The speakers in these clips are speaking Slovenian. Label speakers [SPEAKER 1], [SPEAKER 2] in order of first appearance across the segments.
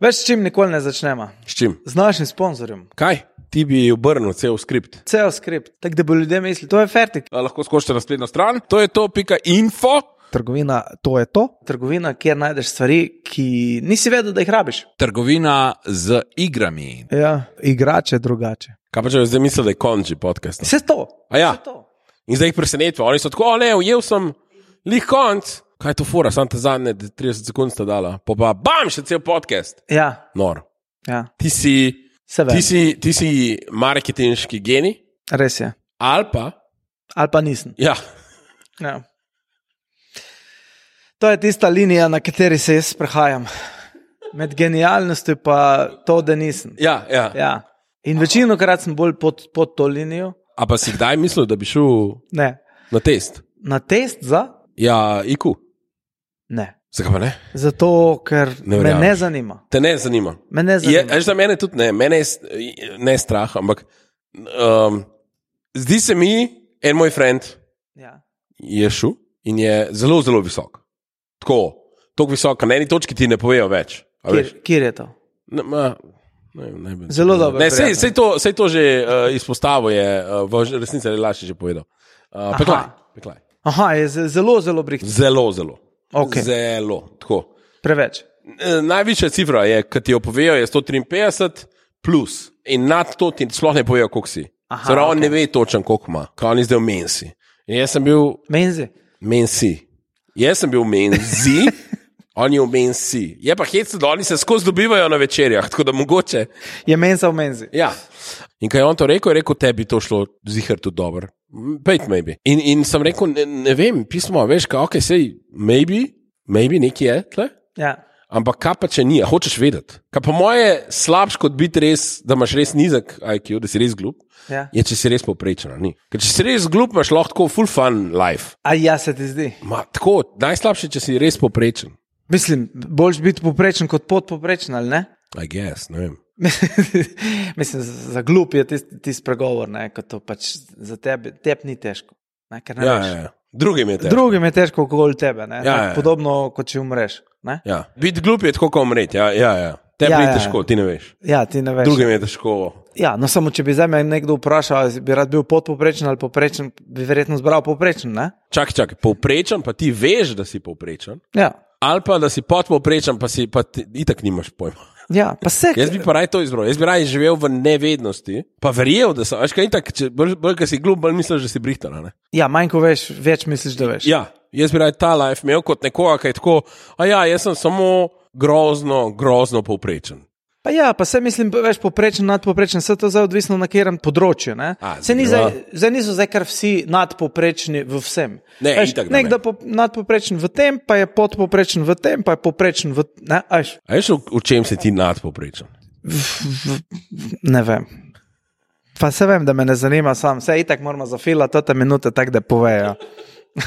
[SPEAKER 1] Več s čim nikoli ne začnemo.
[SPEAKER 2] S čim?
[SPEAKER 1] Z našim sponzorjem,
[SPEAKER 2] Kaj? Ti bi obrnil cel skript.
[SPEAKER 1] cel skript, tako da bo ljudje mislili, to je fertik.
[SPEAKER 2] A Lahko skočite na spletno stran, to je to.info,
[SPEAKER 1] Trgovina, to je to. Trgovina, kjer najdeš stvari, ki nisi vedel, da jih rabiš.
[SPEAKER 2] trgovina z igrami.
[SPEAKER 1] Ja, igrače drugače.
[SPEAKER 2] Kaj pa če bi zdaj mislil, da je konji podcast?
[SPEAKER 1] Vse to.
[SPEAKER 2] A ja.
[SPEAKER 1] Vse to.
[SPEAKER 2] In zdaj jih presenetva, oni so tako, "O, ne, ujel sem, lih konc. Kaj je to fura, sam te zadnje 30 sekund sta dala, pa pa bam, še cel podcast.
[SPEAKER 1] Ja,
[SPEAKER 2] Nor.
[SPEAKER 1] ja.
[SPEAKER 2] Ti si,
[SPEAKER 1] seveda.
[SPEAKER 2] ti si, ti si marketinški geni,
[SPEAKER 1] Res je.
[SPEAKER 2] ali pa,
[SPEAKER 1] Ali pa nisem.
[SPEAKER 2] ja,
[SPEAKER 1] Ja. To je tista linija, na kateri se jaz prehajam. Med genialnostjo pa to, da nisem.
[SPEAKER 2] ja, ja.
[SPEAKER 1] Ja. In večino krat sem bolj pod, pod to linijo.
[SPEAKER 2] A pa si kdaj mislil, da bi šel
[SPEAKER 1] Ne.
[SPEAKER 2] na test?
[SPEAKER 1] Na test za?
[SPEAKER 2] Ja, IQ.
[SPEAKER 1] Ne.
[SPEAKER 2] Zakaj pa ne?
[SPEAKER 1] Zato, ker ne
[SPEAKER 2] Ne
[SPEAKER 1] me ne
[SPEAKER 2] verjameš.
[SPEAKER 1] zanima.
[SPEAKER 2] Te ne zanima.
[SPEAKER 1] Me ne
[SPEAKER 2] Je,
[SPEAKER 1] zanima.
[SPEAKER 2] veš, da mene tudi ne, mene je, s- ne strah, ampak um, zdi se mi, en moj friend,
[SPEAKER 1] Ja.
[SPEAKER 2] je šel in je zelo, zelo visok. Tako, tako visok, na eni točki ti ne povejo več. a veš.
[SPEAKER 1] Kjer, kjer je to?
[SPEAKER 2] Ne, ma, ne, ne, bi-
[SPEAKER 1] Zelo dobro,
[SPEAKER 2] Ne, sej,
[SPEAKER 1] prijatno.
[SPEAKER 2] sej, to, sej to že uh, izpostavil, je, uh, v resnici je Laši že povedal. Uh, peklaj, peklaj.
[SPEAKER 1] Aha, je ze- zelo, zelo brihten.
[SPEAKER 2] Zelo, zelo.
[SPEAKER 1] Okej.
[SPEAKER 2] Zelo. Tako.
[SPEAKER 1] Preveč.
[SPEAKER 2] Eh, Najvišja cifra je, ki ti jo povejo, je 153 plus. In nad to ti sploh ne povejo, koliko si.
[SPEAKER 1] Aha,
[SPEAKER 2] Zdaj, on
[SPEAKER 1] okej.
[SPEAKER 2] ne ve točno, koliko ima, kaj on je zdaj v mensi. In jaz sem bil
[SPEAKER 1] Menzi.
[SPEAKER 2] mensi. Jaz sem bil menzi, on je v mensi. Je pa hec, da oni se skozi dobivajo na večerjah, tako da mogoče.
[SPEAKER 1] Je menza v menzi.
[SPEAKER 2] Ja. In kaj je on to rekel, je rekel, tebi to šlo zihar tudi dobro. Mm, Pejt, maybe. In, in sem rekel, ne, ne vem, pismo, veš, kaj, ok, sej, maybe, maybe nekje je tle.
[SPEAKER 1] Ja.
[SPEAKER 2] Ampak kaj pa, če ni, A hočeš vedeti? Kaj pa moje slabš kot biti res, da imaš res nizek IQ, da si res glup,
[SPEAKER 1] Ja.
[SPEAKER 2] je, če si res poprečen. a ni? Ker če si res glup, imaš lahko tako full fun life.
[SPEAKER 1] A ja se ti zdi.
[SPEAKER 2] Ma, tako, najslabše, če si res poprečen.
[SPEAKER 1] Mislim, boljš biti poprečen kot podpoprečen, ali ne?
[SPEAKER 2] I guess, ne vem.
[SPEAKER 1] Mislim, za za glup je tisti tis pregovor, ne, ko to pač za tebe, tebi ni težko. Ne, ker ne
[SPEAKER 2] Ja,
[SPEAKER 1] veš.
[SPEAKER 2] ja, ja. Drugim je težko.
[SPEAKER 1] Drugim je težko, kot tebe. Ja,
[SPEAKER 2] Ja,
[SPEAKER 1] ja.
[SPEAKER 2] ja.
[SPEAKER 1] Podobno kot če umreš. Ne?
[SPEAKER 2] Ja. Biti glup je tako, kot umreti. Ja, ja, ja. Tebi
[SPEAKER 1] Ja,
[SPEAKER 2] ja,
[SPEAKER 1] ja,
[SPEAKER 2] je
[SPEAKER 1] ja.
[SPEAKER 2] težko, ti ne veš.
[SPEAKER 1] Ja, ti ne veš.
[SPEAKER 2] Drugim je težko.
[SPEAKER 1] Ja, no, samo če bi zdaj me nekdo vprašal, ali bi rad bil podpoprečen ali poprečen, bi verjetno zbral poprečen. Ne?
[SPEAKER 2] Čakaj, čakaj, povprečen, pa ti veš, da si povprečen,
[SPEAKER 1] Ja.
[SPEAKER 2] ali pa da si podpovprečen, pa si pa ti, itak nimaš pojma.
[SPEAKER 1] ja, pa se.
[SPEAKER 2] Jaz bi pa raje to izbral. Jaz bi raje živel v nevednosti, pa verjel, da sem. Veš, kaj itak, če bolj, bolj ko si glup, bolj misliš, da si brihtan. a ne?
[SPEAKER 1] Ja, manj ko veš, več misliš, da veš.
[SPEAKER 2] Ja, jaz bi raje ta life imel kot nekoga, ki je tako, a ja, jaz sem samo grozno, grozno povprečen.
[SPEAKER 1] Pa ja, pa se mislim, veš, poprečen, nadpoprečen, vse to je zdaj odvisno na katerem področju. Ne?
[SPEAKER 2] A, ja.
[SPEAKER 1] Se ni
[SPEAKER 2] zanimivo.
[SPEAKER 1] zdaj, zdaj niso zdaj kar vsi nadpoprečni v vsem.
[SPEAKER 2] Ne,
[SPEAKER 1] veš,
[SPEAKER 2] itak, da ne.
[SPEAKER 1] nekdo je po, nadpoprečen v tem, pa je podpoprečen v tem, pa je poprečen v ne, a veš,
[SPEAKER 2] A veš, v, v čem si ti nadpovprečen?
[SPEAKER 1] ne vem. Pa se vem, da me ne zanima sam, vse itak moramo zafilati to te minute, tako da povejo.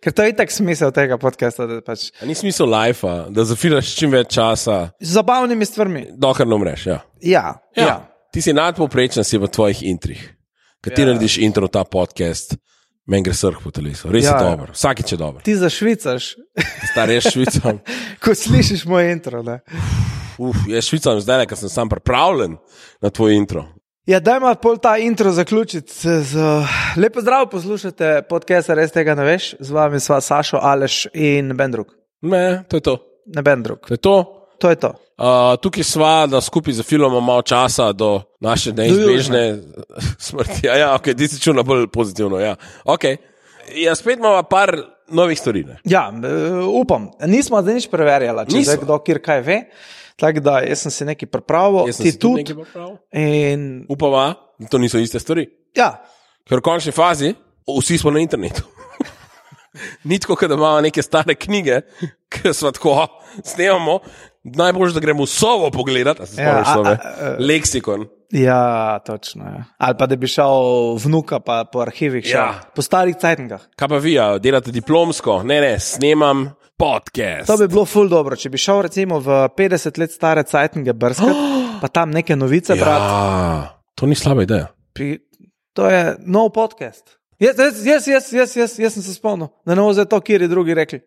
[SPEAKER 1] Ker to je itak smisel tega podcasta, da pač
[SPEAKER 2] A Ni smisel lajfa, da zafiraš čim več časa,
[SPEAKER 1] z zabavnimi stvarmi.
[SPEAKER 2] dokler ne umreš. Ja.
[SPEAKER 1] Ja, ja. ja.
[SPEAKER 2] Ti si nadpovprečen, si v tvojih intrih. Kaj ti
[SPEAKER 1] Ja.
[SPEAKER 2] ja. narediš intro ta podcast, meni gre srh po telesu. Res ja.
[SPEAKER 1] Ja.
[SPEAKER 2] je dobro, vsakič je dobro.
[SPEAKER 1] Ti zašvicaš,
[SPEAKER 2] Starejš švicam.
[SPEAKER 1] ko slišiš moj intro. Ne?
[SPEAKER 2] Uf, jaz švicam zdaj, ker sem sam pripravljen na tvoj intro.
[SPEAKER 1] Ja, dajmo pol ta intro zaključiti. Z, z, lepo zdrav, poslušate podcast, res tega ne veš. Z vami sva Sašo, Aleš in Bendruk.
[SPEAKER 2] Ne, to je to.
[SPEAKER 1] Ne Bendruk,
[SPEAKER 2] To je to.
[SPEAKER 1] to je to.
[SPEAKER 2] Uh, tukaj sva, da skupaj z filmom malo časa do naše neizbežne smrti. Ja, ja ok, ti si čuna bolj pozitivno. Ja, okay. ja spet imamo par novih stvari. Ne?
[SPEAKER 1] Ja, e, upam, nismo zdaj nič preverjali, če
[SPEAKER 2] Nisva.
[SPEAKER 1] zdaj kdo kjer kaj ve. Tako da jaz sem si nekaj pripravil,
[SPEAKER 2] Jaz sem
[SPEAKER 1] ti
[SPEAKER 2] si tudi
[SPEAKER 1] tudi.
[SPEAKER 2] nekaj popravil.
[SPEAKER 1] In
[SPEAKER 2] Upava, da to niso iste stvari.
[SPEAKER 1] ja,
[SPEAKER 2] Ker v končni fazi vsi smo na internetu. Ni tako, kot da imamo neke stare knjige, ki smo tako "Ha, snemamo. Najbolje, da gremo v sovo pogledati, a se
[SPEAKER 1] Ja,
[SPEAKER 2] spomniš
[SPEAKER 1] a-
[SPEAKER 2] sove,
[SPEAKER 1] a- a-
[SPEAKER 2] leksikon.
[SPEAKER 1] ja, točno. Ja. Ali pa da bi šel vnuka pa po arhivih, šel,
[SPEAKER 2] Ja.
[SPEAKER 1] po starih cajtnikah.
[SPEAKER 2] Kaj pa vi, a delate diplomsko? Ne, ne, snemam podcast.
[SPEAKER 1] To bi bilo ful dobro, če bi šel recimo v 50 let stare cajtnike brskati, pa tam neke novice ja. brati.
[SPEAKER 2] Ja, to ni slaba ideja.
[SPEAKER 1] Pi- To je nov podcast. Jaz, jaz, jaz, jaz, jaz, jaz, jaz sem se spomnil, da ne bo zdaj to, kjer je drugi rekli.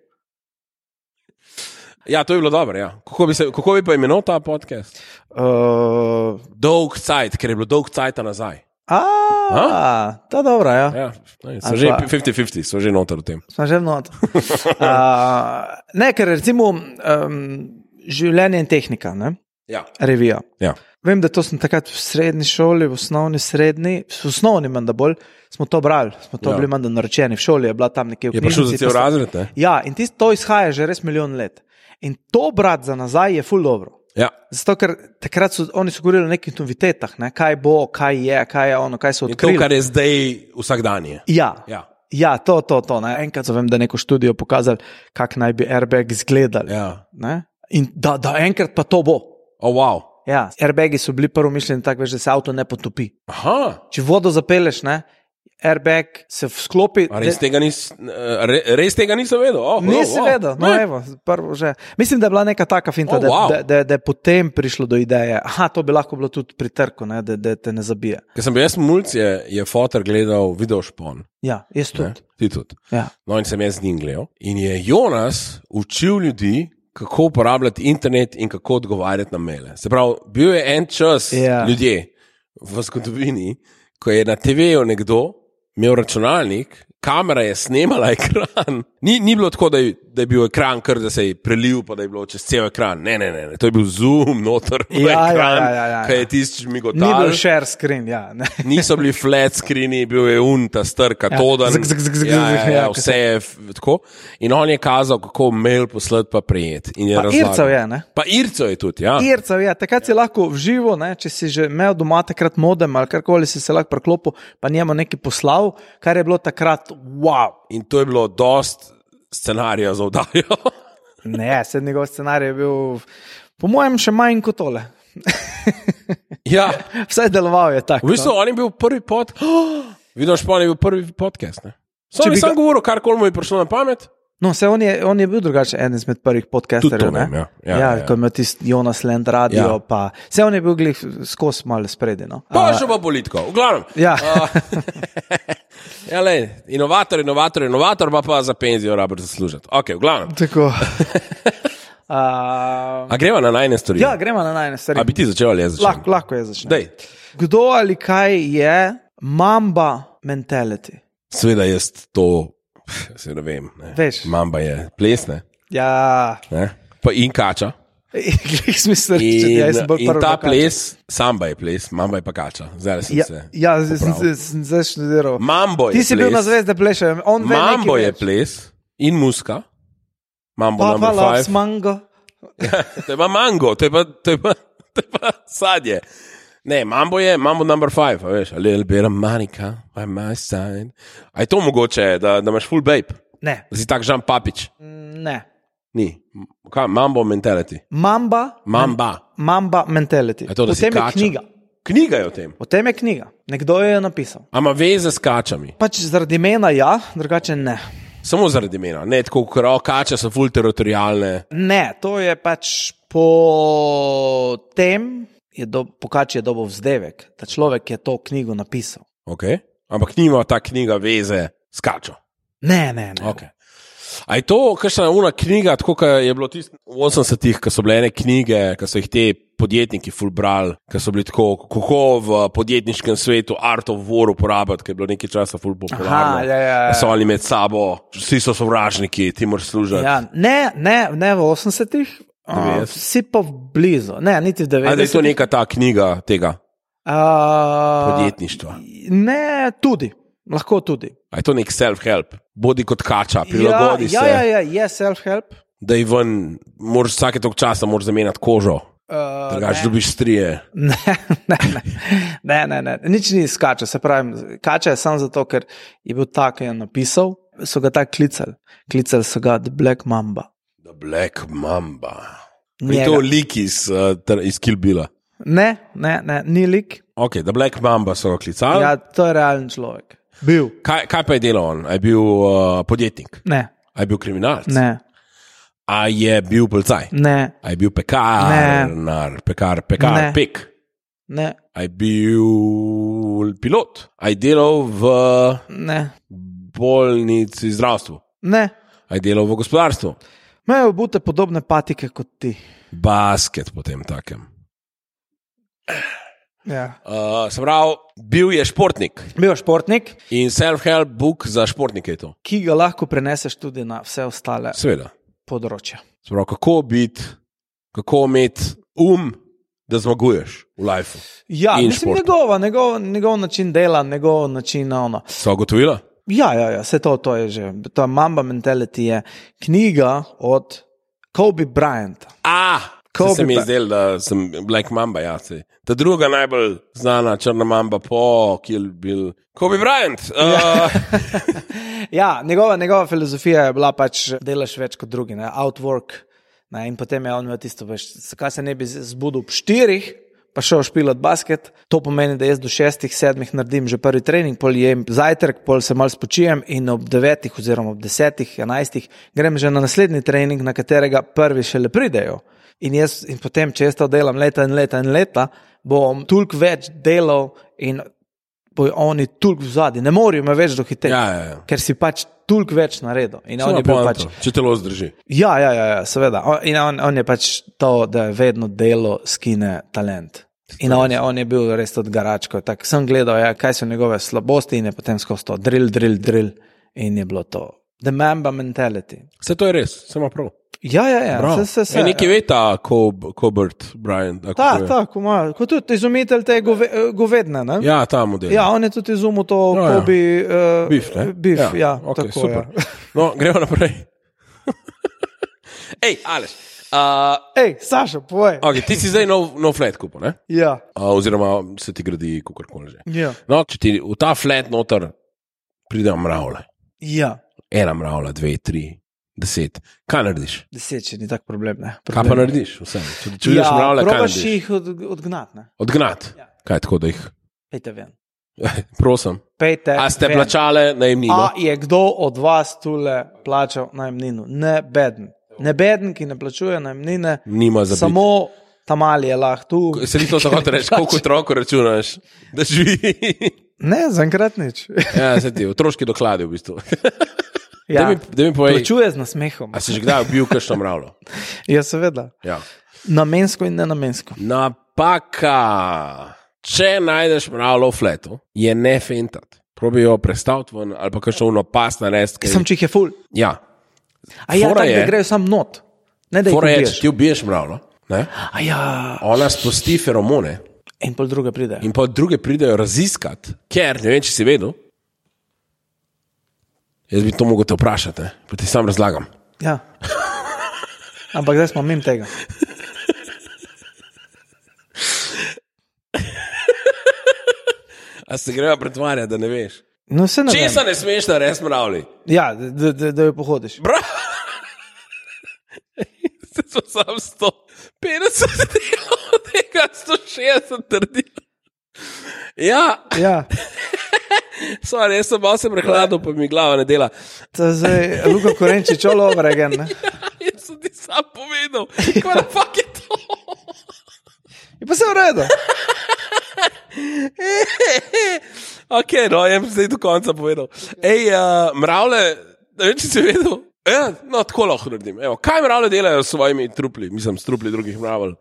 [SPEAKER 2] Ja, to je bilo dobro. Ja. Kako, bi se, kako bi pa imenoval ta podcast? Eh,
[SPEAKER 1] Uh,
[SPEAKER 2] Dolg cajt, ker je bilo dolg cajt nazaj.
[SPEAKER 1] a, to je dobro, ja.
[SPEAKER 2] Ja, ne, so že
[SPEAKER 1] pa-
[SPEAKER 2] 50-50, so že noter v tem.
[SPEAKER 1] Smo že not. Uh, ne, ker recimo um, življenje in tehnika, ne?
[SPEAKER 2] Ja,
[SPEAKER 1] revija.
[SPEAKER 2] ja.
[SPEAKER 1] Vem, da to sem takrat v srednji šoli, v osnovni srednji, v osnovni menda bolj, smo to brali, smo to
[SPEAKER 2] Ja.
[SPEAKER 1] ja. bili menda naročeni, v šoli je bila tam nekje v
[SPEAKER 2] Je prišel za
[SPEAKER 1] knjižnici,
[SPEAKER 2] cel
[SPEAKER 1] pa so-
[SPEAKER 2] razred. Ne?
[SPEAKER 1] Ja, in tisto to izhaja že res milijon let. In to, brat, za nazaj je ful dobro.
[SPEAKER 2] Ja,
[SPEAKER 1] Zato, ker takrat so oni so govorili o nekih novitetah, ne? kaj bo, kaj je, kaj je ono, kaj so
[SPEAKER 2] in to,
[SPEAKER 1] odkrili.
[SPEAKER 2] kar je zdaj vsak dan. Je.
[SPEAKER 1] Ja.
[SPEAKER 2] Ja.
[SPEAKER 1] ja, to, to, to. Ne? Enkrat so vem, da je neko študijo pokazali, kako naj bi airbag izgledal.
[SPEAKER 2] Ja.
[SPEAKER 1] Ne? In da, da enkrat pa to bo.
[SPEAKER 2] Oh, wow.
[SPEAKER 1] Ja, airbagi so bili prvo mišljeni tako, veš, da se avto ne potopi.
[SPEAKER 2] Aha,
[SPEAKER 1] Če vodo zapeleš, ne? airbag se vklopi.
[SPEAKER 2] a res
[SPEAKER 1] da-
[SPEAKER 2] tega, nis, eh, re, res tega nisem vedel. Oh,
[SPEAKER 1] Ne,
[SPEAKER 2] oh,
[SPEAKER 1] seveda,
[SPEAKER 2] wow.
[SPEAKER 1] no, evo, prvo že. Mislim, da je bila neka taka finta,
[SPEAKER 2] O,
[SPEAKER 1] oh,
[SPEAKER 2] wow.
[SPEAKER 1] wow. da, da, da je potem prišlo do ideje, da to bi lahko bilo tudi pri trku, ne, da, da te ne zabije.
[SPEAKER 2] Ker sem bil jaz mulj, je, je fotor gledal videošpon.
[SPEAKER 1] Ja, jaz
[SPEAKER 2] ne?
[SPEAKER 1] tudi.
[SPEAKER 2] Ti tudi.
[SPEAKER 1] Ja.
[SPEAKER 2] No, in sem jaz z njim gledal. In je Jonas učil ljudi, kako uporabljati internet in kako odgovarjati na maile. Se pravi, bil je en čas
[SPEAKER 1] Ja.
[SPEAKER 2] ljudje v zgodovini, ko je na TV-ju nekdo imel računalnik. Kamera je snemala ekran. Ni, ni bilo tako, da je, da je bil ekran kar da se je prelil, pa da je bilo čez cel ekran. Ne, ne, ne, ne. to je bil zoom, noter. v
[SPEAKER 1] Ja, ja,
[SPEAKER 2] ekran,
[SPEAKER 1] ja, ja, ja.
[SPEAKER 2] Kaj je tisti, mi
[SPEAKER 1] Ni
[SPEAKER 2] gotovo.
[SPEAKER 1] bil share screen, ja. ne.
[SPEAKER 2] Niso bili flat screeni, bil je un, ta strka,
[SPEAKER 1] Ja,
[SPEAKER 2] to da
[SPEAKER 1] zg, zg, zg, zg, zg, ja, ko
[SPEAKER 2] vse je f- tako. In on je kazal, kako mail poslati, pa prijet. In je
[SPEAKER 1] Pa
[SPEAKER 2] razlagal.
[SPEAKER 1] Ircev je, ne?
[SPEAKER 2] Pa Ircev je tudi, ja.
[SPEAKER 1] Ircev je, takrat si lahko v živo, ne, če si že imel doma takrat modem ali karkoli si se lahko preklopil, pa njemu nekaj poslal, kar je bilo takrat wow.
[SPEAKER 2] In to je bilo dost scenarija za oddajo.
[SPEAKER 1] Ne, sedaj njegov scenarij je bil, po mojem, še manj kot tole.
[SPEAKER 2] ja,
[SPEAKER 1] Vsaj deloval je tako. no.
[SPEAKER 2] v bistvu on je bil prvi pod. Vidno, špon je bil prvi podcast. Ne?
[SPEAKER 1] Če
[SPEAKER 2] Sam
[SPEAKER 1] bi
[SPEAKER 2] bi
[SPEAKER 1] ga-
[SPEAKER 2] sam govoril, kar koli mu je prišlo na pamet.
[SPEAKER 1] No, se on je, on je bil drugače eden izmed prvih podcasterjev.
[SPEAKER 2] Tudi to vem,
[SPEAKER 1] ne?
[SPEAKER 2] ja. Ja, ja, ja.
[SPEAKER 1] Ko je imel tisti Jonas Land radio,
[SPEAKER 2] Ja.
[SPEAKER 1] ja. pa se on je bil glih skozi malo spredi. No.
[SPEAKER 2] Pa
[SPEAKER 1] A,
[SPEAKER 2] še pa politiko, v glavnem.
[SPEAKER 1] Ja.
[SPEAKER 2] A, ja, lej, inovator, inovator, inovator, pa pa za penzijo rabi zaslužiti. Ok, v glavnem.
[SPEAKER 1] Tako. A,
[SPEAKER 2] A greva na najne stvari?
[SPEAKER 1] ja, gremo na najne stvari.
[SPEAKER 2] A bi ti začel ali jaz začel?
[SPEAKER 1] Lahko, lahko je začne.
[SPEAKER 2] Daj.
[SPEAKER 1] Kdo ali kaj je mamba mentality?
[SPEAKER 2] Sveda jaz to, se ne vem. Ne.
[SPEAKER 1] Veš.
[SPEAKER 2] Mamba je plesne
[SPEAKER 1] Ja,
[SPEAKER 2] ne. Pa in kača.
[SPEAKER 1] glih smisel, če
[SPEAKER 2] In,
[SPEAKER 1] jaz sem bolj
[SPEAKER 2] in
[SPEAKER 1] prvi.
[SPEAKER 2] ta
[SPEAKER 1] na kačo.
[SPEAKER 2] ples, samba je ples, mamba je pa kača. Zdaj sem
[SPEAKER 1] Ja,
[SPEAKER 2] se.
[SPEAKER 1] ja zdaj sem-
[SPEAKER 2] popravil.
[SPEAKER 1] zdaj sem zdaj študiral.
[SPEAKER 2] Mambo je
[SPEAKER 1] Ti si
[SPEAKER 2] ples,
[SPEAKER 1] bil na zvezde plešem, on ve. nekaj
[SPEAKER 2] Mambo je
[SPEAKER 1] več.
[SPEAKER 2] ples in muska. Mambo
[SPEAKER 1] Papa
[SPEAKER 2] number
[SPEAKER 1] loves
[SPEAKER 2] five.
[SPEAKER 1] mango.
[SPEAKER 2] to je pa mango, to je pa, to je pa, to je pa sadje. Ne, mambo je, mambo number five, a veš, a little bit of manika by my side. A je to mogoče, da, da imaš full babe,
[SPEAKER 1] Ne,
[SPEAKER 2] da si tak žan papič?
[SPEAKER 1] ne.
[SPEAKER 2] Ni. Kaj, mambo mentality.
[SPEAKER 1] Mamba,
[SPEAKER 2] Mamba.
[SPEAKER 1] mamba mentality.
[SPEAKER 2] A to, da
[SPEAKER 1] o
[SPEAKER 2] si
[SPEAKER 1] tem je
[SPEAKER 2] kača?
[SPEAKER 1] knjiga.
[SPEAKER 2] Knjiga je o tem.
[SPEAKER 1] O tem je knjiga. Nekdo jo je napisal.
[SPEAKER 2] A ima veze s kačami.
[SPEAKER 1] Pač zaradi imena ja, drugače ne.
[SPEAKER 2] Samo zaradi mena. Ne, tako kot rao, kače so full teritorijalne.
[SPEAKER 1] Ne, to je pač po tem, je do, po kači je dobil vzdevek, da človek je to knjigo napisal.
[SPEAKER 2] Okay. Ampak nima ta knjiga veze s kačo.
[SPEAKER 1] Ne, ne, ne.
[SPEAKER 2] Okay. A je to kakšna uma knjiga, tako kot je bilo tisto v 80-ih, ko so bile ene knjige, ki so jih te podjetniki fulbrali, ki so bili tako, kako v podjetniškem svetu Art of War uporabljati, ki je bilo nekaj časa fulpopularno.
[SPEAKER 1] Aha, ja, ja, ja.
[SPEAKER 2] Da So oni med sabo, vsi so sovražniki, ti moraš služiti.
[SPEAKER 1] Ja, ne, ne, ne v 80-ih, a,
[SPEAKER 2] 90.
[SPEAKER 1] vsi pa blizu. Ne, niti v
[SPEAKER 2] A da je to
[SPEAKER 1] 90-ih.
[SPEAKER 2] neka ta knjiga tega
[SPEAKER 1] A,
[SPEAKER 2] podjetništva.
[SPEAKER 1] Ne, tudi, lahko tudi.
[SPEAKER 2] A je to nek self-help, bodi kot kača, prilagodi
[SPEAKER 1] ja,
[SPEAKER 2] se,
[SPEAKER 1] ja, ja, je self-help.
[SPEAKER 2] da je ven, moraš vsake tok časa moraš zamenjati kožo,
[SPEAKER 1] Uh,
[SPEAKER 2] drugače dobiš strije.
[SPEAKER 1] Ne, ne, ne, ne, ne, ne. nič ni skače. Se pravi, kače je samo zato, ker je bil tak, ki je napisal, so ga tako klicali. Klicali so ga The Black Mamba.
[SPEAKER 2] The Black Mamba. Je
[SPEAKER 1] Njega.
[SPEAKER 2] to lik iz, uh, ter- iz Kilbila.
[SPEAKER 1] Ne, ne, ne, ni lik.
[SPEAKER 2] Ok, The Black Mamba so ga klicali. Ja.
[SPEAKER 1] Ja, to je realen človek. Bil.
[SPEAKER 2] Kaj, kaj pa je delal on? A je bil uh, podjetnik,
[SPEAKER 1] Ne,
[SPEAKER 2] a je bil kriminalec,
[SPEAKER 1] ne,
[SPEAKER 2] a je bil policaj,
[SPEAKER 1] ne,
[SPEAKER 2] a je bil pekar,
[SPEAKER 1] Ne.
[SPEAKER 2] nar, pekar, pekar
[SPEAKER 1] Ne.
[SPEAKER 2] pek,
[SPEAKER 1] ne,
[SPEAKER 2] a je bil pilot, a je delal v
[SPEAKER 1] ne,
[SPEAKER 2] bolnici zdravstvu,
[SPEAKER 1] ne.
[SPEAKER 2] a je delal v gospodarstvu,
[SPEAKER 1] Imajo obute podobne patike kot ti.
[SPEAKER 2] Basket potem takem.
[SPEAKER 1] Ja.
[SPEAKER 2] Uh, se pravi, bil je športnik
[SPEAKER 1] Bil je športnik,
[SPEAKER 2] in self-help book za športnike je to.
[SPEAKER 1] ki ga lahko preneseš tudi na vse ostale
[SPEAKER 2] Seveda.
[SPEAKER 1] področja.
[SPEAKER 2] Se pravi, kako biti, kako imeti um, da zmaguješ v lifeu.
[SPEAKER 1] Ja,
[SPEAKER 2] In
[SPEAKER 1] mislim,
[SPEAKER 2] športu.
[SPEAKER 1] njegova, njegov, njegov način dela, njegov način na ono.
[SPEAKER 2] So ugotovila?
[SPEAKER 1] Ja, ja, ja vse to, to je že. Ta Mamba Mentality je knjiga od Kobe Bryanta.
[SPEAKER 2] A,
[SPEAKER 1] Kobe
[SPEAKER 2] ko se mi je
[SPEAKER 1] Bryant.
[SPEAKER 2] zdelo, da sem Black Mamba, ja, se. Ta druga najbolj znana črna mamba po Kill Bill. Kobe Bryant. Uh,
[SPEAKER 1] Ja, njegova, njegova filozofija je bila pač, delaš več kot drugi, ne? outwork. Ne? In potem je on imel tisto, veš, zakaj se ne bi z- zbudil ob štirih, pa šel špilat basket. To pomeni, da jaz do šestih, sedmih naredim že prvi trening, pol jem zajtrk, pol se mal spočijem in ob devetih oziroma ob desetih, enajstih grem že na naslednji trening, na katerega prvi šele pridejo. In, jaz, in potem, če jaz to delam leta in leta in leta, bom toliko več delal in bojo oni toliko zadnji, ne morejo me več dohiteti
[SPEAKER 2] ja, ja, ja.
[SPEAKER 1] ker si pač toliko več naredil. In on
[SPEAKER 2] Samo
[SPEAKER 1] je bil
[SPEAKER 2] poanta,
[SPEAKER 1] pač,
[SPEAKER 2] Če telo zdrži.
[SPEAKER 1] ja, ja, ja, ja, seveda. O- In on, on je pač to, da je vedno delo skine talent. In on je, on je bil res od garačko. Tako sem gledal, ja, kaj so njegove slabosti, in je potem skozi to drill, drill, drill. In je bilo to. The mamba mentality.
[SPEAKER 2] Vse to je res, se ima prav.
[SPEAKER 1] Ja, ja, ja.
[SPEAKER 2] Bravo.
[SPEAKER 1] Se, se, se.
[SPEAKER 2] Ej, Nekaj ve ta Kob- Cobert Bryant. a kako
[SPEAKER 1] Ta,
[SPEAKER 2] je?
[SPEAKER 1] ta, ko ima, kot tudi izumitelj te gove, eh, govedne. Ne?
[SPEAKER 2] Ja, ta model.
[SPEAKER 1] ja, on je tudi izumil to,
[SPEAKER 2] Ja,
[SPEAKER 1] no,
[SPEAKER 2] ja.
[SPEAKER 1] ko bi. Uh,
[SPEAKER 2] Bif, ne?
[SPEAKER 1] Bif, ja, ja
[SPEAKER 2] ok,
[SPEAKER 1] okay, tako
[SPEAKER 2] super.
[SPEAKER 1] je. Ja.
[SPEAKER 2] No, gremo naprej. Ej, Aleš, uh,
[SPEAKER 1] Ej, Saša, povej. Okay.
[SPEAKER 2] okay, ti si zdaj nov, nov flat kupo, ne?
[SPEAKER 1] Ja,
[SPEAKER 2] Uh, oziroma se ti gradi, kako koli že.
[SPEAKER 1] ja.
[SPEAKER 2] No, če ti v ta flat noter pridejo mravlje,
[SPEAKER 1] ja.
[SPEAKER 2] ena mravlja, dve, tri, deset, kaj narediš?
[SPEAKER 1] Deset, če ni tako problem. Ne.
[SPEAKER 2] Kaj
[SPEAKER 1] problem.
[SPEAKER 2] pa narediš? Vse. Če če vidiš ja, mravlje, kaj
[SPEAKER 1] probaš
[SPEAKER 2] narediš?
[SPEAKER 1] jih od, odgnati, ne?
[SPEAKER 2] Odgnat.
[SPEAKER 1] Ja.
[SPEAKER 2] Kaj tako, da jih.
[SPEAKER 1] Pejte ven.
[SPEAKER 2] Prosim.
[SPEAKER 1] Pejte
[SPEAKER 2] A ste no?
[SPEAKER 1] ven.
[SPEAKER 2] plačali najemnino?
[SPEAKER 1] Ja, A je kdo od vas tule plačal najemnino? Ne beden. Ne beden, ki ne plačuje najemnine,
[SPEAKER 2] Nima za samo.
[SPEAKER 1] samo tam ali je lahko tu.
[SPEAKER 2] Se ti to tako reče, koliko otrok računaš, da živi?
[SPEAKER 1] Ne, zaenkrat nič.
[SPEAKER 2] ja, se ti otroški dokladi v bistvu.
[SPEAKER 1] ja.
[SPEAKER 2] Da mi, da mi povej,
[SPEAKER 1] Plačuje z nasmehom.
[SPEAKER 2] a si že kdaj bil kakšno mravljo?
[SPEAKER 1] Ja, seveda.
[SPEAKER 2] Ja.
[SPEAKER 1] Namensko in nenamensko.
[SPEAKER 2] Napaka. Če najdeš mravljo v fletu, je ne fentat. Probijo prestaviti ven ali pa kakšno uno pas narediti. kaj-
[SPEAKER 1] Sem če jih je ful.
[SPEAKER 2] Ja,
[SPEAKER 1] A ja,
[SPEAKER 2] Fora
[SPEAKER 1] tako, da
[SPEAKER 2] je-
[SPEAKER 1] grejo sam not. Ne, da jih
[SPEAKER 2] Fora je,
[SPEAKER 1] ubiješ.
[SPEAKER 2] če ti ubiješ mravljo, ne?
[SPEAKER 1] A ja,
[SPEAKER 2] ona spusti feromone
[SPEAKER 1] in pol druga pride.
[SPEAKER 2] in pa druge pridejo raziskati, ker ne vem, če si vedel. Jaz bi to mogel te vprašati, ne? pa ti sam razlagam.
[SPEAKER 1] Ja. Ampak zdaj smo mimo tega.
[SPEAKER 2] A se greva pretvarjati, da ne veš.
[SPEAKER 1] No, se ne. vem.
[SPEAKER 2] Česa ne smeš, da res mravlji?
[SPEAKER 1] Ja, da, da, da jo pohodiš.
[SPEAKER 2] Bra! Se so sam 150 delov, od tega 160 trdil. Ja,
[SPEAKER 1] Ja,
[SPEAKER 2] sorry, jaz sem malo se prehladil, pa mi glava ne dela.
[SPEAKER 1] to je zdaj Luka Korenčič, all over again. Ne?
[SPEAKER 2] Jaz sem ti sam povedal, kaj na fuck je to.
[SPEAKER 1] Je Ja, pa vse v redu.
[SPEAKER 2] ok, no, jaz sem zdaj do konca povedal. Ej, uh, mravlje, ne vem, če si vedel. Ja, no, tako lahko naredim. Evo, kaj mravlje delajo s svojimi trupli, mislim, s trupli drugih mravelj?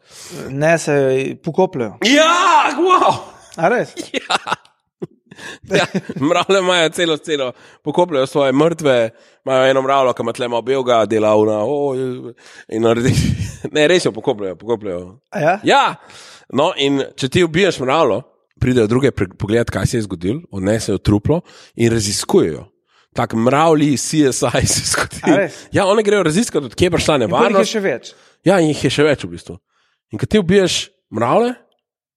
[SPEAKER 1] Ne se pokopljajo.
[SPEAKER 2] Ja, wow!
[SPEAKER 1] A res?
[SPEAKER 2] Ja. Ja, mravlje imajo celo sceno, pokopljajo svoje mrtve, imajo eno mravljo, ki ima tle malo belega, dela una, o, in naredi. Ne, res jo pokopljajo, pokopljajo.
[SPEAKER 1] A Ja?
[SPEAKER 2] Ja, no, in če ti ubiješ mravljo, pridejo druge pre- pogledat, kaj se je zgodilo, odnesejo truplo in raziskujejo. Tako mravlji, CSI se
[SPEAKER 1] A
[SPEAKER 2] zgodi.
[SPEAKER 1] res?
[SPEAKER 2] Ja, oni grejo raziskati, odkje je prišla
[SPEAKER 1] Varno je
[SPEAKER 2] nevarnost.
[SPEAKER 1] še več.
[SPEAKER 2] Ja, in jih je še več v bistvu. In ko ti ubiješ mravlje,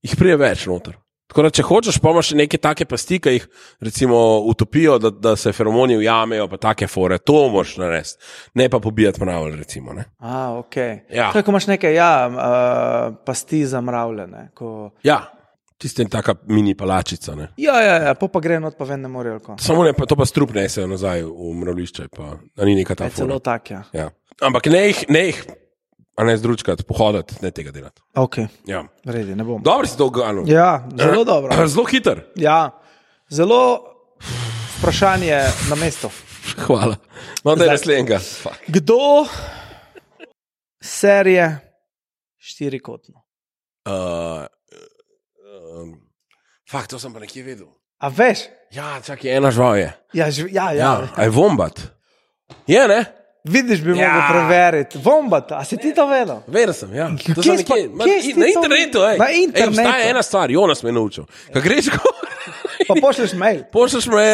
[SPEAKER 2] jih prije več noter. Tako da, če hočeš, pa imaš neke take pasti, ki jih recimo utopijo, da, da se feromoni ujamejo, pa take fore, to moraš narediti. Ne pa pobijati mravlje, recimo. Ne?
[SPEAKER 1] A, ok.
[SPEAKER 2] Ja.
[SPEAKER 1] Tako imaš nekaj, ja, uh, pasti zamravljene. Ko...
[SPEAKER 2] Ja, tiste in taka mini palačica. Ne?
[SPEAKER 1] Ja, ja, ja, po pa gre not, pa ven ne morejo. alko.
[SPEAKER 2] Samo ne, pa- to pa strup nesejo nazaj v mravlišče, pa da ni neka ta
[SPEAKER 1] Je
[SPEAKER 2] fora.
[SPEAKER 1] celo tak, ja.
[SPEAKER 2] Ja. Ampak ne jih, ne jih, a ne zdručkati, pohoditi, ne tega delati.
[SPEAKER 1] Ok,
[SPEAKER 2] Ja.
[SPEAKER 1] redi, ne bom.
[SPEAKER 2] Dobro si to ganil.
[SPEAKER 1] Ja, zelo dobro.
[SPEAKER 2] Zelo hiter.
[SPEAKER 1] Ja, zelo vprašanje na mestu.
[SPEAKER 2] Hvala. No, da je naslednjega. Fuck.
[SPEAKER 1] Kdo serije, štirikotno.
[SPEAKER 2] Uh, um, fakt, to sem pa nekje vedel.
[SPEAKER 1] A veš?
[SPEAKER 2] Ja, čakaj, ena žval je.
[SPEAKER 1] Ja, živ, ja, ja.
[SPEAKER 2] Ja, aj vombat. Je, ne?
[SPEAKER 1] Vidiš, bi
[SPEAKER 2] Ja.
[SPEAKER 1] ja. mogel preveriti. Vombat, a si ti to vedel?
[SPEAKER 2] Vedel sem, ja. To
[SPEAKER 1] Kje
[SPEAKER 2] sem
[SPEAKER 1] si pa-
[SPEAKER 2] nekje, ma,
[SPEAKER 1] kje
[SPEAKER 2] i-
[SPEAKER 1] si
[SPEAKER 2] na
[SPEAKER 1] to-
[SPEAKER 2] internetu, ej.
[SPEAKER 1] Na
[SPEAKER 2] Ej, obstaja
[SPEAKER 1] internetu.
[SPEAKER 2] ena stvar, Jonas me je naučil. Kaj greš, ko...
[SPEAKER 1] Pa pošlješ mail.
[SPEAKER 2] Pošlješ me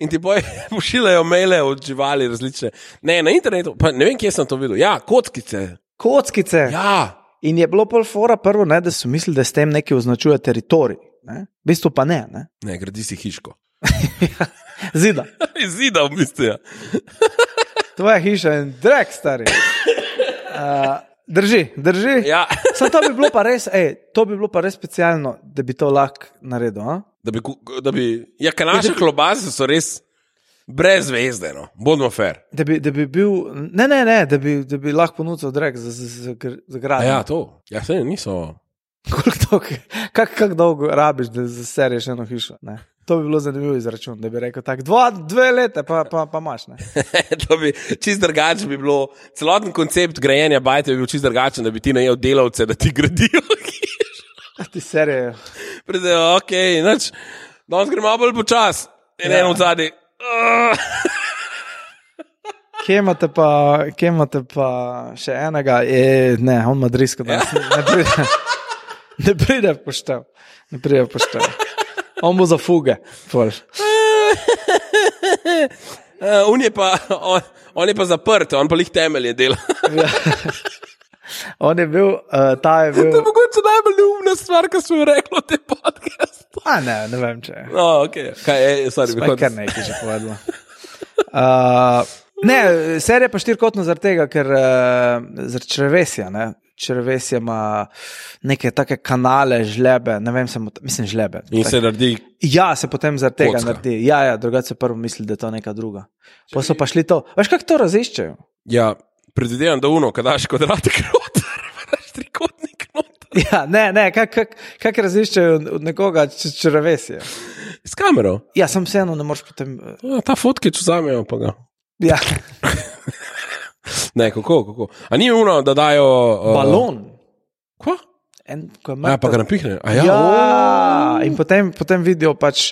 [SPEAKER 2] in ti boje pošiljajo maile od živali različne. Ne, na internetu, pa ne vem, kje sem to videl. Ja, kockice.
[SPEAKER 1] Kockice. Ja.
[SPEAKER 2] Ja,
[SPEAKER 1] In je bilo pol fora prvo, ne, da so mislili, da s tem nekaj označuje teritorij. Ne? V bistvu pa ne, ne?
[SPEAKER 2] ne, gradi si hiško.
[SPEAKER 1] Zida.
[SPEAKER 2] Iz zida v bistvu. Ja.
[SPEAKER 1] Tvoja hiša je drek, stari. Uh, drži, drži.
[SPEAKER 2] ja,
[SPEAKER 1] Samo to bi bilo pa res, ej, to bi bilo pa res specialno, da bi to lahko naredil. A?
[SPEAKER 2] da bi, ku- da bi, ja, ker naše klobase so res brezvezdeno, bodimo no fair.
[SPEAKER 1] Da bi, da bi bil, ne, ne, ne, da bi, da bi lahko ponudil drek za, za, za, gr- za
[SPEAKER 2] A
[SPEAKER 1] gradnjo.
[SPEAKER 2] ja, to. Ja, se niso.
[SPEAKER 1] Kako kak, kak dolgo rabiš, da zasereš eno hišo? Ne? To bi bilo zanimivo izračun, da bi rekel tako, dva, dve leta, pa, pa, pa imaš. Ne?
[SPEAKER 2] to bi čist drugače bi bilo. Celoten koncept grajenja bajta bi bil čist drugačen, da bi ti najel delavce, da ti gradijo hišo.
[SPEAKER 1] A Ti serije.
[SPEAKER 2] Pridejo, ok, noč, danes gremo malo bolj počasi, in
[SPEAKER 1] Ja.
[SPEAKER 2] eno zadnji.
[SPEAKER 1] Kje imate pa, kje imate pa še enega, e, ne, on madrijsko, da ne pride. Ne pride poštev, ne pride poštev. On bo za fuge. pol.
[SPEAKER 2] Uh, on, je pa, on, on je pa zaprt, on pa jih temelje dela.
[SPEAKER 1] Ja. On je bil, uh, ta je
[SPEAKER 2] to je
[SPEAKER 1] bil.
[SPEAKER 2] mogoče najbolj neumna stvar, ki smo jo rekli o tem podkastu.
[SPEAKER 1] A ne, ne vem če. je.
[SPEAKER 2] No, okay. Kaj je, sorry,
[SPEAKER 1] Pa je kar nekaj že povedala. Uh, ne, serija pa štirikotna zaradi tega, ker uh, zaradi črvesja. Ne? Črvesje ima neke take kanale, žlebe, ne vem, samo, mislim, žlebe.
[SPEAKER 2] In se naredi,
[SPEAKER 1] Ja, se potem zaradi tega
[SPEAKER 2] Kocka.
[SPEAKER 1] naredi. Ja, ja, drugače se prvo misli, da je to neka druga. Pa so pa šli to. Veš, kako to raziščejo?
[SPEAKER 2] ja, predvidevam, da uno, kadaš kvadratek noter, veš trikotnik noter.
[SPEAKER 1] Ja, ne, ne, kako kak, kak raziščejo od nekoga č- črvesje.
[SPEAKER 2] S kamero.
[SPEAKER 1] Ja, sem vseeno ne moreš potem. eh,
[SPEAKER 2] Ja, ta fotke če vzamejo, pa ga.
[SPEAKER 1] Ja,
[SPEAKER 2] Ne, kako, kako. A ni uno, da dajo. Uh,
[SPEAKER 1] balon.
[SPEAKER 2] Kva?
[SPEAKER 1] En, ko je
[SPEAKER 2] A ja, pa
[SPEAKER 1] mrtev.
[SPEAKER 2] ga napihne. A ja,
[SPEAKER 1] Ja,
[SPEAKER 2] o.
[SPEAKER 1] ja in potem, potem vidijo pač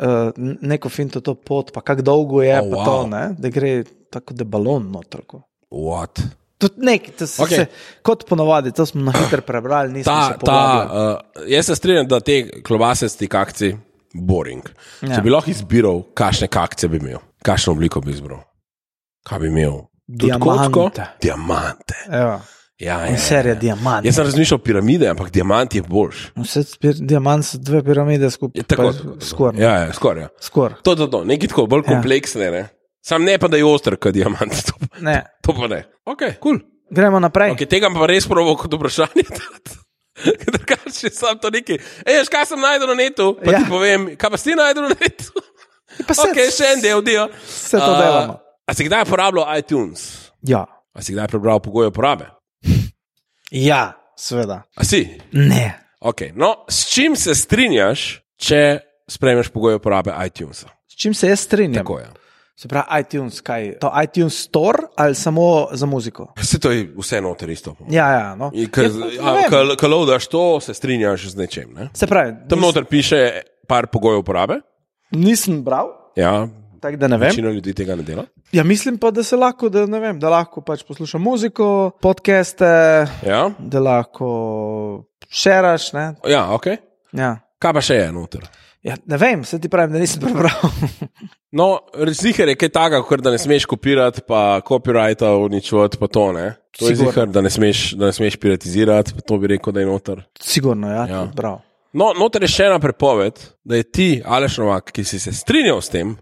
[SPEAKER 1] uh, neko finto to pot, pa kako dolgo je
[SPEAKER 2] Oh,
[SPEAKER 1] oh, pa wow. to,
[SPEAKER 2] wow.
[SPEAKER 1] ne? da gre tako, da balon noter. ko.
[SPEAKER 2] What?
[SPEAKER 1] Tudi nekaj, to se,
[SPEAKER 2] Okej.
[SPEAKER 1] okay. se, kot ponavadi, to smo na hitro prebrali, nismo
[SPEAKER 2] Ta,
[SPEAKER 1] se
[SPEAKER 2] ta,
[SPEAKER 1] pogovarjali.
[SPEAKER 2] uh, jaz se strinjam, da te klobase s tik akcij boring. Ja.
[SPEAKER 1] Ja.
[SPEAKER 2] Če bi lahko izbiral, kakšne kakce bi imel, kakšno obliko bi izbral. Kaj bi imel? Tudi
[SPEAKER 1] Diamante.
[SPEAKER 2] kocko? Diamante.
[SPEAKER 1] Evo,
[SPEAKER 2] Ja, ja, ja.
[SPEAKER 1] serija diamant.
[SPEAKER 2] Jaz sem razmišljal piramide, ampak diamant je boljši.
[SPEAKER 1] Vse spir, diamant so dve piramide skupaj.
[SPEAKER 2] Je tako,
[SPEAKER 1] skoraj.
[SPEAKER 2] Ja, ja, skoraj. Ja.
[SPEAKER 1] Skor.
[SPEAKER 2] To, to, to, nekaj tako bolj ja.
[SPEAKER 1] Ja.
[SPEAKER 2] kompleksne. Ne? Sam ne pa da je oster kot diamant. To pa,
[SPEAKER 1] Ne.
[SPEAKER 2] to pa ne. Okay, cool.
[SPEAKER 1] Gremo naprej.
[SPEAKER 2] okay, tega bom pa res proval kot vprašanje. Drugače, sam to nekaj. Ej, škaj sem najdel na netu, pa ja.
[SPEAKER 1] Ja.
[SPEAKER 2] ti povem, kaj pa si najdel na netu.
[SPEAKER 1] Pa se,
[SPEAKER 2] ok, še en del, dio.
[SPEAKER 1] Vse to delamo.
[SPEAKER 2] A si kdaj uporabljal iTunes?
[SPEAKER 1] Ja.
[SPEAKER 2] A si kdaj prebral pogoje uporabe?
[SPEAKER 1] ja, seveda.
[SPEAKER 2] A si?
[SPEAKER 1] Ne.
[SPEAKER 2] Okay. No, s čim se strinjaš, če spremeš pogoje uporabe iTunesa?
[SPEAKER 1] S čim se jaz strinjam?
[SPEAKER 2] Tako je.
[SPEAKER 1] Se pravi, iTunes, kaj? To iTunes Store ali samo za muziko?
[SPEAKER 2] Vse to je vse noter isto.
[SPEAKER 1] Ja, ja. No.
[SPEAKER 2] In Ker,
[SPEAKER 1] Ja, pa ne
[SPEAKER 2] ja,
[SPEAKER 1] vem.
[SPEAKER 2] kal, kalovdaš to, se strinjaš z nečem. Ne?
[SPEAKER 1] Se pravi,
[SPEAKER 2] Tam
[SPEAKER 1] nis,
[SPEAKER 2] noter piše par pogojev uporabe.
[SPEAKER 1] nisem bral,
[SPEAKER 2] Ja,
[SPEAKER 1] tako da ne vem.
[SPEAKER 2] večina ljudi tega ne dela.
[SPEAKER 1] Ja, mislim pa, da se lahko, da, ne vem, da lahko pač poslušam muziko, podcaste,
[SPEAKER 2] Ja,
[SPEAKER 1] da lahko šeraš. Ne?
[SPEAKER 2] ja ok.
[SPEAKER 1] Ja.
[SPEAKER 2] Kaj pa še je noter?
[SPEAKER 1] Ja, ne vem, se ti pravim, da nisem prebral.
[SPEAKER 2] No, resniker je kaj takega, kot da ne smeš kopirati, pa copyrighta uničevati, pa to ne. To je
[SPEAKER 1] Sigurno.
[SPEAKER 2] zihar, da ne smeš, da ne smeš piratizirati, pa to bi rekel, da je noter.
[SPEAKER 1] Sigurno, ja,
[SPEAKER 2] Ja.
[SPEAKER 1] ja. prav.
[SPEAKER 2] No, noter je še ena prepoved, da je ti, Aleš Novak, ki si se strinjal s tem,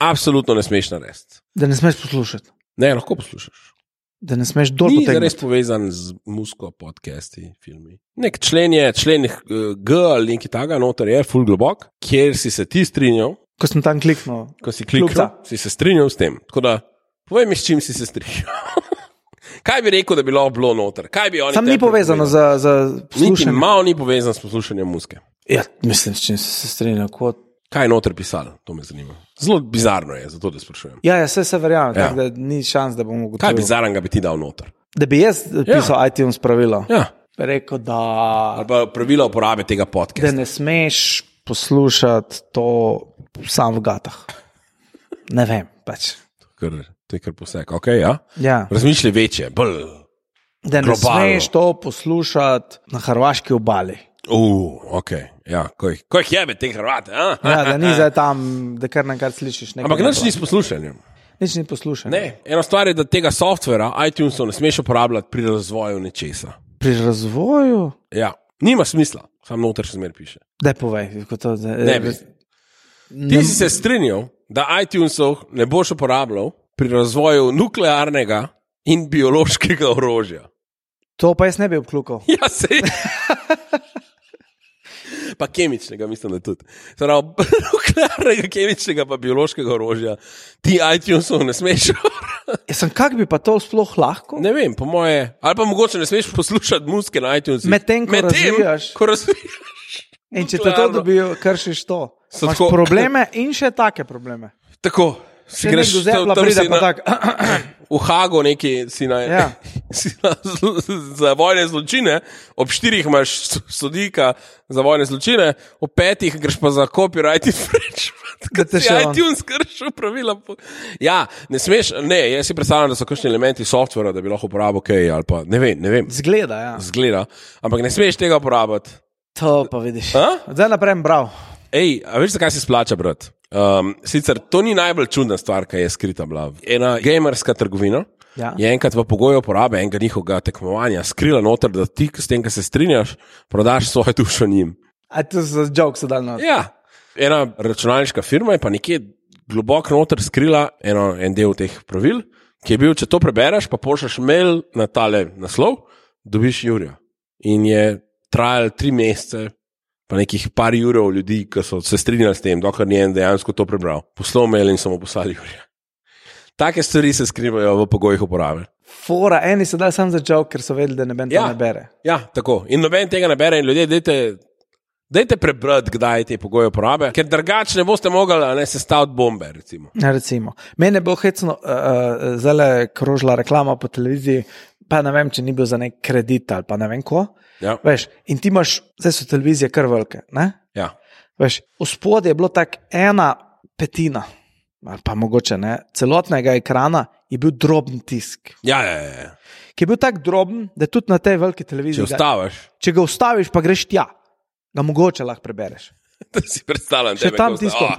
[SPEAKER 2] absolutno ne smeš narediti.
[SPEAKER 1] Da ne smeš poslušati,
[SPEAKER 2] Ne, lahko poslušaš.
[SPEAKER 1] da ne smeš dol
[SPEAKER 2] Ni
[SPEAKER 1] potegniti.
[SPEAKER 2] res povezan z muziko, podcasti, filmi. Nek člen je, člen eh, G ali nekaj takega, noter je, full globok, kjer si se ti strinjal,
[SPEAKER 1] Ko sem tam kliknil,
[SPEAKER 2] ko si klikal,
[SPEAKER 1] Kljubca.
[SPEAKER 2] si se strinjal s tem. Tako da, povej mi, s čim si se strinjal. Kaj bi rekel, da bi lahko bilo noter? Kaj bi oni
[SPEAKER 1] sam ni
[SPEAKER 2] tebi
[SPEAKER 1] povezano
[SPEAKER 2] povedali?
[SPEAKER 1] za, za
[SPEAKER 2] Niti
[SPEAKER 1] poslušanje.
[SPEAKER 2] malo ni povezano s poslušanjem muzike.
[SPEAKER 1] Ja, mislim, s čim se, se strinjam. Kot...
[SPEAKER 2] Kaj je noter pisalo, to me zanima. Zelo bizarno je, zato da sprašujem.
[SPEAKER 1] Ja, ja, vse se verjamem,
[SPEAKER 2] Ja.
[SPEAKER 1] ja. da ni šans, da bom
[SPEAKER 2] Kaj
[SPEAKER 1] ugotovil.
[SPEAKER 2] bizarnega bi ti dal noter?
[SPEAKER 1] Da bi jaz pisal iTunes pravilo.
[SPEAKER 2] Ja.
[SPEAKER 1] Rekel, da,
[SPEAKER 2] Ali pa pravila uporabe tega
[SPEAKER 1] da
[SPEAKER 2] podcasta.
[SPEAKER 1] ne smeš poslušati to sam v gatah. Ne vem. Pač.
[SPEAKER 2] Kar, to je kar poseg. Okay, ja.
[SPEAKER 1] Ja.
[SPEAKER 2] Razmišljaj večje, bolj.
[SPEAKER 1] Da ne
[SPEAKER 2] Globalno.
[SPEAKER 1] smeš to poslušati na hrvaški obali.
[SPEAKER 2] Uh, okay, ja, ko jih, ko jih jebe, te Hrvate. a?
[SPEAKER 1] Ja, da ni zdaj tam, da kar nekaj slišiš. nekaj
[SPEAKER 2] Ampak nič
[SPEAKER 1] nekaj.
[SPEAKER 2] ni s poslušanjem.
[SPEAKER 1] nič ni poslušal.
[SPEAKER 2] Ne, ena stvar je, da tega softvera, iTunesov, ne smeš uporabljati pri razvoju nečesa.
[SPEAKER 1] Pri razvoju,
[SPEAKER 2] Ja, nima smisla, sam noter še zmeraj piše.
[SPEAKER 1] da povej, kot to da-
[SPEAKER 2] Ne, bi. Ti si se strinjal, da iTunesov ne boš uporabljal pri razvoju nuklearnega in biološkega orožja.
[SPEAKER 1] To pa jaz ne bi obklukal.
[SPEAKER 2] Ja, se. Pa kemičnega, mislim, da tudi. Prav, nuklearnega, kemičnega, pa biološkega orožja, ti iTunesov ne smeš.
[SPEAKER 1] Jaz sem kak bi pa to sploh lahko?
[SPEAKER 2] ne vem, po moje. Ali pa mogoče ne smeš poslušati muzike na iTunesih.
[SPEAKER 1] Medtem, ko razvijaš.
[SPEAKER 2] Ko razvijaš.
[SPEAKER 1] In če te to
[SPEAKER 2] nuklearno.
[SPEAKER 1] dobijo, kršiš to.
[SPEAKER 2] No, So
[SPEAKER 1] Imaš
[SPEAKER 2] tako-
[SPEAKER 1] probleme in še take probleme.
[SPEAKER 2] Tako.
[SPEAKER 1] Če greš do zepla, pride pa tako.
[SPEAKER 2] V Hagu neki si na,
[SPEAKER 1] Ja.
[SPEAKER 2] ja. si na zlo- za vojne zločine, ob štirih imaš s- sodnika za vojne zločine, ob petih greš pa za copyright in freč.
[SPEAKER 1] Da te še on.
[SPEAKER 2] iTunes kršil pravila. po- Ja, ne smeš, ne, jaz si predstavljam, da so kakšni elementi softvera, da bi lahko uporabo kaj ali pa ne vem, ne vem,
[SPEAKER 1] Zgleda, ja.
[SPEAKER 2] zgleda, ampak ne smeš tega uporabiti.
[SPEAKER 1] To pa vidiš.
[SPEAKER 2] A?
[SPEAKER 1] Zdaj naprej, bom bral.
[SPEAKER 2] Ej, a veš, zakaj se splača, brat? Um, sicer to ni najbolj čudna stvar, ki je skrita bila. Ena gamerska trgovina
[SPEAKER 1] Ja.
[SPEAKER 2] je enkrat v pogoju uporabe enega njihovega tekmovanja skrila noter, da ti s tem, kar se strinjaš, prodaš svojo dušo njim.
[SPEAKER 1] A to so žog sedalno.
[SPEAKER 2] Ja, ena računalniška firma je pa nekje globoko noter skrila eno, en del teh pravil, ki je bil, če to prebereš, pa pošlješ mail na tale naslov, dobiš Jurija. In je trajal tri mesece, pa nekih par jurov ljudi, ki so se strinjali s tem, dokler ni en dejansko to prebral. Poslal mail in samo poslali Jurija. Take stvari se skrivajo v pogojih uporabe.
[SPEAKER 1] Fora, eni so dali sam za žog, ker so vedeli, da ne bom
[SPEAKER 2] Ja.
[SPEAKER 1] to ne bere.
[SPEAKER 2] Ja, tako. In noben tega ne bere, in ljudje, dajte, dajte prebrati, kdaj te pogoje uporabe, ker drugače ne boste mogli a ne, sestaviti bombe. Recimo.
[SPEAKER 1] Ja, Recimo. Mene bo hecno, uh, zdaj je krožila reklama po televiziji, pa ne vem, če ni bil za nek kredit ali pa ne vem ko.
[SPEAKER 2] Ja,
[SPEAKER 1] Veš, in ti imaš, zdaj so televizije kar velike. ne?
[SPEAKER 2] ja.
[SPEAKER 1] Veš, Spodaj je bilo tako ena petina, ali pa mogoče ne, celotnega ekrana je bil droben tisk,
[SPEAKER 2] Ja, ja, ja, ja.
[SPEAKER 1] ki je bil tako droben, da tudi na tej veliki
[SPEAKER 2] Če
[SPEAKER 1] televiziji. ga-
[SPEAKER 2] ustaviš,
[SPEAKER 1] če ga ustaviš, pa greš tja, ga mogoče lahko prebereš.
[SPEAKER 2] da si predstavljam, da
[SPEAKER 1] Še tam tisto.
[SPEAKER 2] Ah,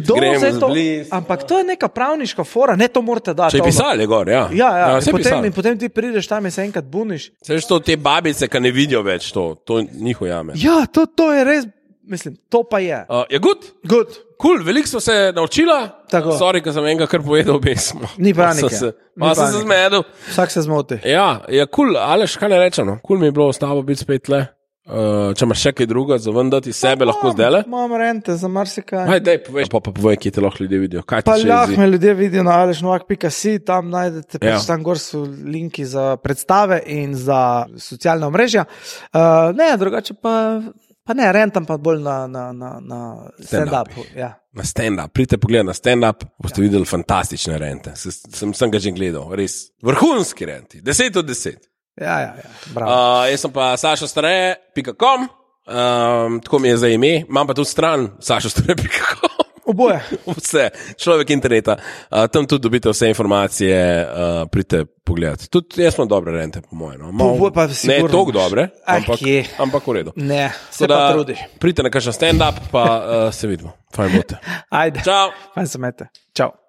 [SPEAKER 1] Kdo
[SPEAKER 2] je
[SPEAKER 1] vse to?
[SPEAKER 2] to?
[SPEAKER 1] Ampak to je neka pravniška fora, ne to morate dati.
[SPEAKER 2] Če je
[SPEAKER 1] ono.
[SPEAKER 2] pisali, gor, ja.
[SPEAKER 1] Ja, ja, ja
[SPEAKER 2] se
[SPEAKER 1] in, potem,
[SPEAKER 2] pisali.
[SPEAKER 1] in potem ti prideš tam in se enkrat buniš.
[SPEAKER 2] Vse to te babice, ki ne vidijo več to, to njihov jame.
[SPEAKER 1] Ja, to, to je res, mislim, to pa je.
[SPEAKER 2] Uh, je gut,
[SPEAKER 1] Good.
[SPEAKER 2] kul, cool, veliko so se naučila.
[SPEAKER 1] Tako.
[SPEAKER 2] Sorry, ker sem enega kar povedal, obe smo.
[SPEAKER 1] Ni panike,
[SPEAKER 2] Malo sem se,
[SPEAKER 1] ni
[SPEAKER 2] malo sem se
[SPEAKER 1] panike.
[SPEAKER 2] zmedel.
[SPEAKER 1] Vsak se zmoti.
[SPEAKER 2] Ja, je kul, cool, ali še kaj ne rečem. no. Kul cool mi je bilo ostalo biti spet le. Uh, če imaš še kaj druga, zavendati sebe lahko zdaj le.
[SPEAKER 1] Imam rente za marsikaj.
[SPEAKER 2] Ajde, povej, pa, pa povej, kje te lahko ljudje vidijo. Kaj
[SPEAKER 1] Pa
[SPEAKER 2] ti
[SPEAKER 1] lahko
[SPEAKER 2] je?
[SPEAKER 1] me ljudje vidijo na alešnovak.si, tam najdete, ja.
[SPEAKER 2] Ja.
[SPEAKER 1] pač tam gor so linki za predstave in za socialna omrežja. Uh, ne, drugače pa, pa ne, rentam pa bolj na, na, na, na stand-up.
[SPEAKER 2] Stand-upih.
[SPEAKER 1] Ja.
[SPEAKER 2] Na stand-up, pridite pogledat na stand-up, boste ja. videli fantastične rente. Se, sem, sem ga že gledal, res. Vrhunski renti, 10 od 10.
[SPEAKER 1] Ja, ja, ja, bravo.
[SPEAKER 2] Uh, jaz sem pa sašostare.com, um, tako mi je za ime, imam pa tudi stran sašostare.com.
[SPEAKER 1] Oboje.
[SPEAKER 2] Vse, človek interneta. Uh, tam tudi dobite vse informacije, uh, pridite pogledat. Tudi jaz imam dobre rente, po mojem. No. Malo-
[SPEAKER 1] Po- bo pa
[SPEAKER 2] ne
[SPEAKER 1] sigurno
[SPEAKER 2] tako
[SPEAKER 1] imaš.
[SPEAKER 2] dobre,
[SPEAKER 1] Ah,
[SPEAKER 2] ampak,
[SPEAKER 1] kje.
[SPEAKER 2] ampak v redu.
[SPEAKER 1] Ne, se
[SPEAKER 2] Tako da
[SPEAKER 1] da trudiš.
[SPEAKER 2] Pridite na kakšen stand-up, pa uh, se vidimo. Fajn bote.
[SPEAKER 1] Ajde.
[SPEAKER 2] Čau!
[SPEAKER 1] Fajn se mete. Čau.